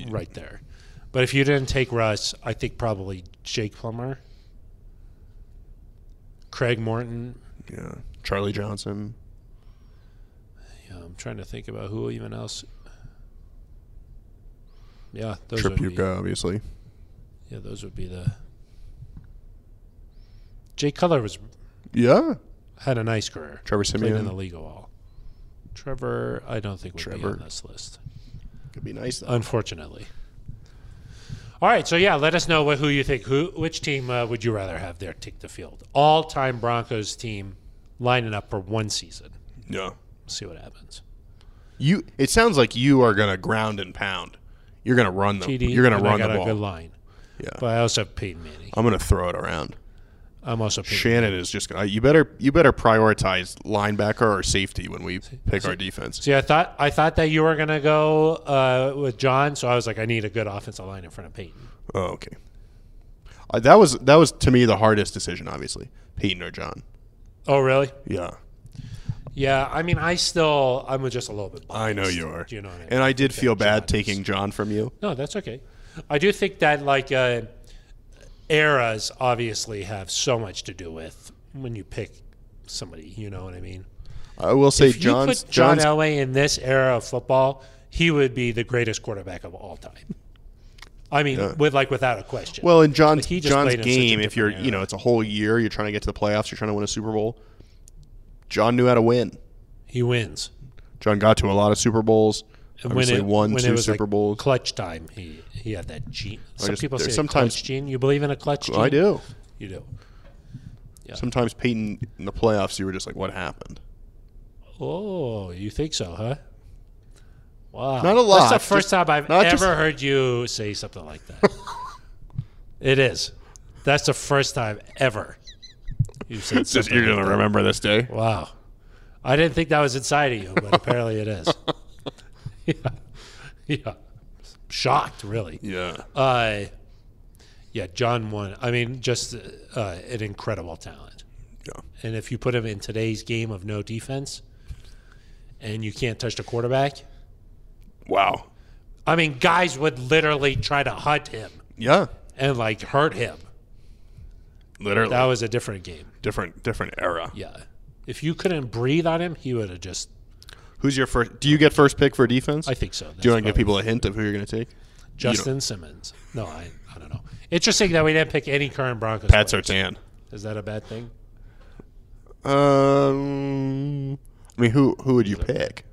right there. But if you didn't take Russ, I think probably Jake Plummer, Craig Morton. Yeah. Charlie Johnson. Yeah, I'm trying to think about who even else. Yeah, those would be, Tripuka, obviously. yeah, those would be the. Jake Cutler was Yeah. had a nice career. Trevor played in Siemian. the league all. Trevor, I don't think would be Trevor. on this list, Could be nice though. unfortunately. All right, so yeah, let us know what, who you think. Who, which team uh, would you rather have there take the field? All-time Broncos team lining up for one season. yeah. See what happens. You it sounds like you are gonna ground and pound. You're gonna run the TD, you're gonna and I run the got a ball. good line, Yeah. but I also have Peyton Manning. I'm gonna throw it around. I'm also Peyton Shannon is just gonna you better you better prioritize linebacker or safety when we pick our defense. See, I thought I thought that you were gonna go uh, with John, so I was like, I need a good offensive line in front of Peyton. Oh, okay. Uh, that was that was to me the hardest decision, obviously. Peyton or John. Oh, really? Yeah. Yeah. I mean, I still I'm just a little bit. Biased, I know you are. Do you know what I mean? And I did feel bad John is- taking John from you. No, that's okay. I do think that like uh, eras obviously have so much to do with when you pick somebody. You know what I mean? I will say If you John's put John John's Elway in this era of football, he would be the greatest quarterback of all time. I mean, with like without a question. well in John's he just John's played in such a game, if you're different you know, it's a whole year, you're trying to get to the playoffs, you're trying to win a Super Bowl. John knew how to win. he wins. John got to a lot of Super Bowls. And obviously won when two was, Super like, Bowls. Clutch time. He he had that gene. Some just- people there's say sometimes- sometimes clutch gene. You believe in a clutch gene? I do. You do. Sometimes Peyton in the playoffs you were just like, What happened? Oh, you think so, huh? Wow. Not a lot, That's the first just- time I've not ever just- heard you say something like that. it is. That's the first time ever you've said something. like that. remember this day. Wow. I didn't think that was inside of you, but apparently it is. yeah. Yeah. Shocked, really. Yeah. Uh, yeah, John won. I mean, just uh, an incredible talent. Yeah. And if you put him in today's game of no defense and you can't touch the quarterback, Wow. I mean, guys would literally try to hunt him Yeah. and like hurt him. Literally. That was a different game. different different era. Yeah. If you couldn't breathe on him, he would have just. Who's your first? Do you get first pick for defense? I think so. do you That's want to give probably- people a hint of who you're going to take? Justin Simmons? No, I, I don't know. Interesting that we didn't pick any current Broncos. Pat players. Sertan. Is that a bad thing? Um, I mean, who who would you pick?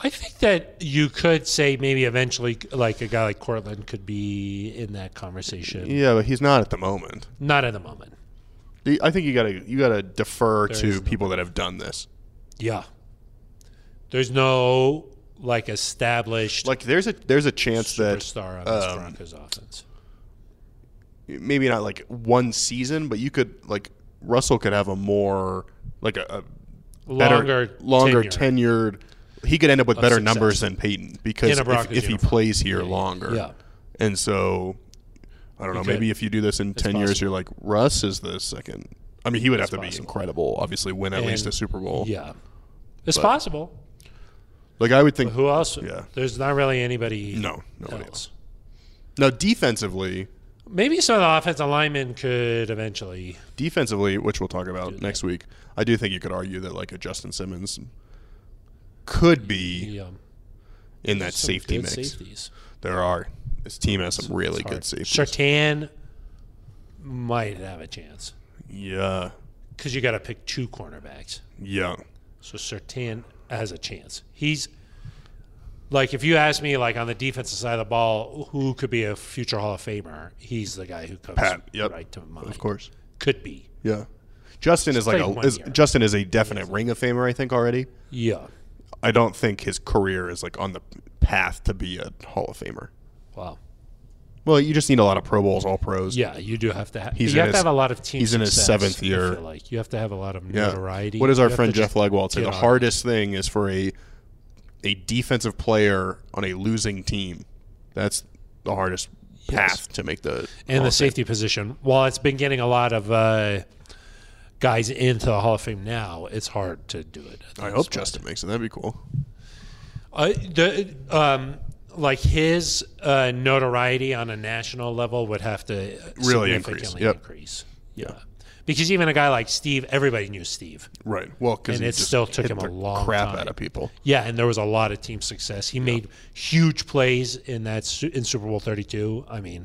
I think that you could say maybe eventually, like a guy like Cortland could be in that conversation. Yeah, but he's not at the moment. Not at the moment. Do you- I think you gotta you gotta defer is to no people that have done this. Yeah. There's no like established Like there's a there's a chance that superstar on this um, Broncos offense. maybe not like one season, but you could like Russell could have a more like a, a better- Longer, longer tenure. tenured. He could end up with better success. numbers than Peyton because In a if, Broncos if he uniform. plays here longer, Yeah. and so I don't know. could. Maybe if you do this in ten years, possible. you're like Russ is the second. I mean, he would have to be possible. incredible. Obviously, win at least And- a Super Bowl. Yeah. It's possible. Like I would think. Who else? Yeah. There's not really anybody No, nobody else. else. No, defensively, Maybe some of the offensive linemen could eventually. defensively, which we'll talk about next week. I do think you could argue that like a Justin Simmons could be Yeah. in that um, some safety good mix. Safeties. There are. This team has some really Hard. good safeties. Sertan might have a chance Yeah. because you got to pick two cornerbacks. Yeah. So Sertan has a chance. He's like if you ask me like on the defensive side of the ball who could be a future Hall of Famer, he's the guy who comes Pat, yep. right to mind. Of course. Could be. Yeah. Justin is like played a one is, year. Justin is a definite ring of famer, I think already. Yeah. I don't think his career is like on the path to be a Hall of Famer. Wow. Well, you just need a lot of Pro Bowls, All Pros. Yeah, you do have to have. He's you have in his- to have a lot of team. he's in his success, seventh I year. feel like you have to have a lot of Yeah. notoriety. What does our You have friend to just- Jeff Legwald say? get The on it. hardest thing is for a a defensive player on a losing team. That's the hardest Yes. path to make and the Hall the of Fame. safety position. While it's been getting a lot of uh, guys into the Hall of Fame now, it's hard to do it. at I this hope spot. Justin makes it. That'd be cool. Uh, the um, like his uh, notoriety on a national level would have to Really increase, significantly yep. increase. Yeah. Because even a guy like Steve, everybody knew Steve. Right. Well, because And it still took him a long crap time. out of people. Yeah, and there was a lot of team success. He made huge plays in that su- in Super Bowl 32. I mean,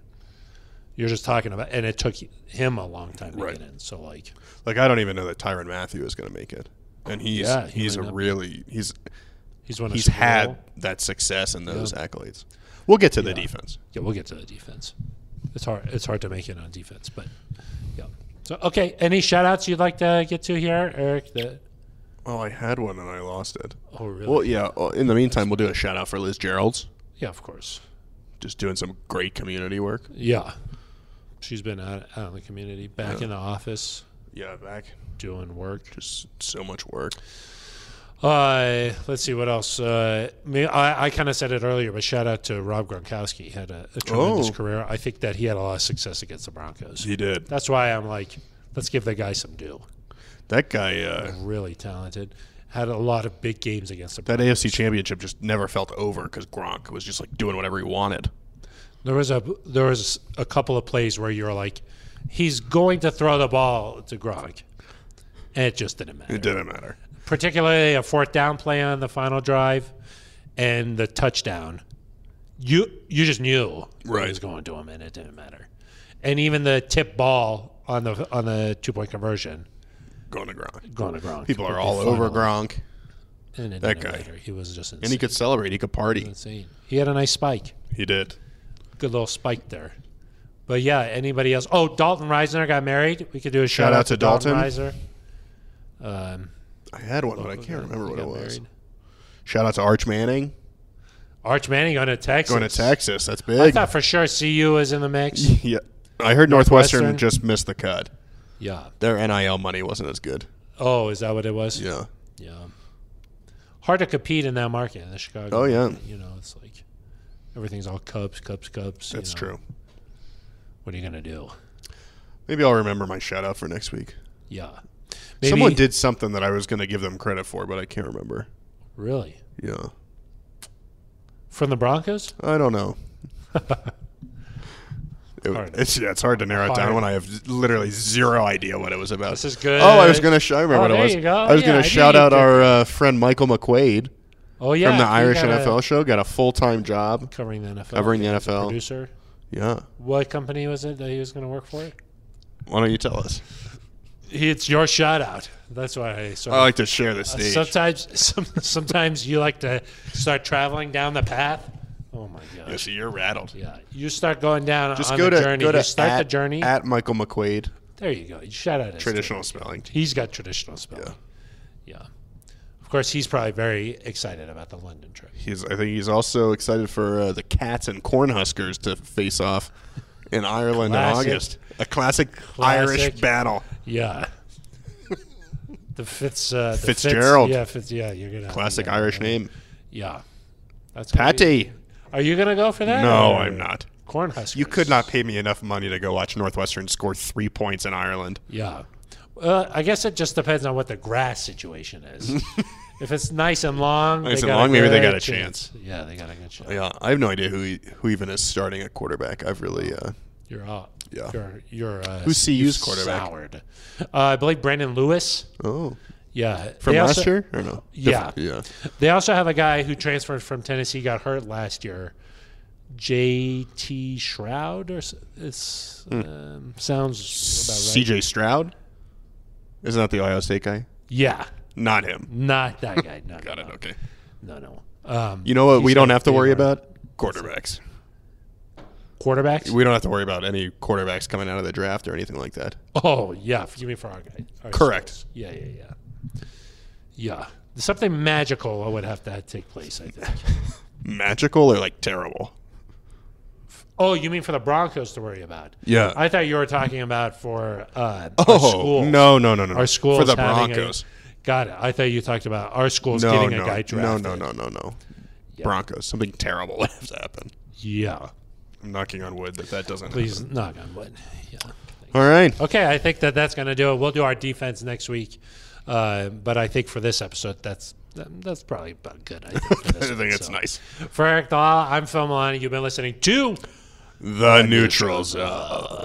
you're just talking about, and it took him a long time to Right. get in. So like, Like I don't even know that Tyron Matthew is going to make it, and he's Yeah, he he's a might not. really he's he's one. he's had that success and those accolades. We'll get to the defense. Yeah, we'll get to the defense. It's hard. It's hard to make it on defense, but yeah. So okay, any shout outs you'd like to get to here, Eric? That Oh, I had one and I lost it. oh really? Well, yeah. well, In the meantime, we'll do a shout out for Liz Gerald's, yeah, of course. just doing some great community work. Yeah, she's been out, out in the community, back in the office, Yeah, back doing work. just so much work. Uh, let's see what else. Uh, may- I, I kind of said it earlier, but shout out to Rob Gronkowski. He had a, a tremendous Oh. career. I think that he had a lot of success against the Broncos. He did. That's why I'm like, let's give the guy some due. That guy. Uh, Really talented. Had a lot of big games against the that Broncos. AFC Championship just never felt over because Gronk was just like doing whatever he wanted. There was a there was a couple of plays where you're like, he's going to throw the ball to Gronk, and it just didn't matter. It didn't matter. particularly a fourth down play on the final drive and the touchdown. You you just knew Right. it was going to him, and it didn't matter. And even the tip ball on the on the two point conversion Going to Gronk. going to Gronk. People are But all they over finally- Gronk, And it That didn't guy. matter. He was just insane. and he could celebrate. He could party. insane. He had a nice spike, He did. good little spike there. But yeah, anybody else? Oh, Dalton Reisner got married. We could do a shout, out out, to to Dalton. Reisner. Um, I had one, but I yeah, can't remember he what got it was. married. Shout out to Arch Manning Arch Manning going to Texas. going to Texas. That's I big. thought for sure CU was in the mix. yeah, I heard Northwestern, Northwestern. just missed the cut. Yeah. Their NIL money wasn't as good. Oh, is that what it was? Yeah, Yeah. Hard to compete in that market in the Chicago. Oh, yeah. market, You know, it's like everything's all Cubs, Cubs, Cubs. you that's know. true. What are you gonna do? Maybe I'll remember my shout out for next week. Yeah. Maybe, Someone did something that I was going to give them credit for, but I can't remember. really Yeah, from the Broncos. I don't know. It- Hard. it's, yeah, it's hard to narrow it Hard. down when I have literally zero idea what it was about. This is good. Oh, I was gonna. Sh- I remember Oh, what it there was. you go. I was Yeah, I gonna knew shout you out did. our uh, friend Michael McQuaid Oh yeah, from the you Irish got a- NFL show. Got a full time job covering the NFL, covering the NFL. producer. Yeah. What company was it that he was going to work for? Why don't you tell us? It's your shout out. That's why I sort I of like to share Uh, the stage. Oh, Sometimes, some, sometimes you like to start traveling down the path. Oh my Yeah, gosh! so you're rattled. Yeah, you start going down Just on go the to journey. go to you start at, the journey. at Michael McQuaid. there you go. You shout out. his Traditional spelling. team. He's got traditional spelling. Yeah. Of course, he's probably very excited about the London trip. He's. I think he's also excited for uh, the Cats and Cornhuskers to face off in Ireland Classic. in August. A classic, Irish Classic. battle. Yeah. the Fitz. Uh, the Fitz- Fitzgerald. yeah, Fitz. Yeah, you're gonna. Classic yeah, Irish name. Yeah. That's gonna be- Patty. Are you gonna go for that? No, or- I'm not. Cornhuskers. You could not pay me enough money to go watch Northwestern score three points in Ireland. Yeah. Uh, I guess it just depends on what the grass situation is. if it's nice and long, Nice they and got long, maybe they good got a chance. Yeah, they got a good chance. Yeah, I have no idea who he, who even is starting at quarterback. I've really uh, You're out. Yeah. You're, you're uh, Who's you're CU's quarterback? Soured. Uh, I believe Brandon Lewis. oh Yeah. from They last also- year or no? Yeah. Diff- yeah. They also have a guy who transferred from Tennessee, got hurt last year. J.T. Shroud or s- it's, Hmm. um, sounds about right. C.J. Stroud, isn't that the Ohio State guy? Yeah, Not him. not that guy. No, Got no, it. Okay. No, no. Um, You know what? we He's don't my have to worry favorite. about quarterbacks. quarterbacks. We don't have to worry about any quarterbacks coming out of the draft or anything like that. Oh yeah, you mean for our guy? our Correct. schools. Yeah, yeah, yeah, yeah. Something magical would have to take place. I think. Magical or like terrible? oh, you mean for the Broncos to worry about? Yeah. I thought you were talking about for uh, oh our school. no no no no! our school for the Broncos. got it. I thought you talked about our school's no, getting no, a guy no drafted. no no no no. Broncos. Something terrible would have to happen. Yeah. I'm knocking on wood that that doesn't. Please Oh, knock on wood. Yeah. happen. All right. Okay, I think that that's going to do it. We'll do our defense next week, uh, but I think for this episode, that's that- that's probably about good. I think, for this I one, think it's so. nice. For Eric Dahl, I'm Phil Milani. You've been listening to The neutrals. Uh,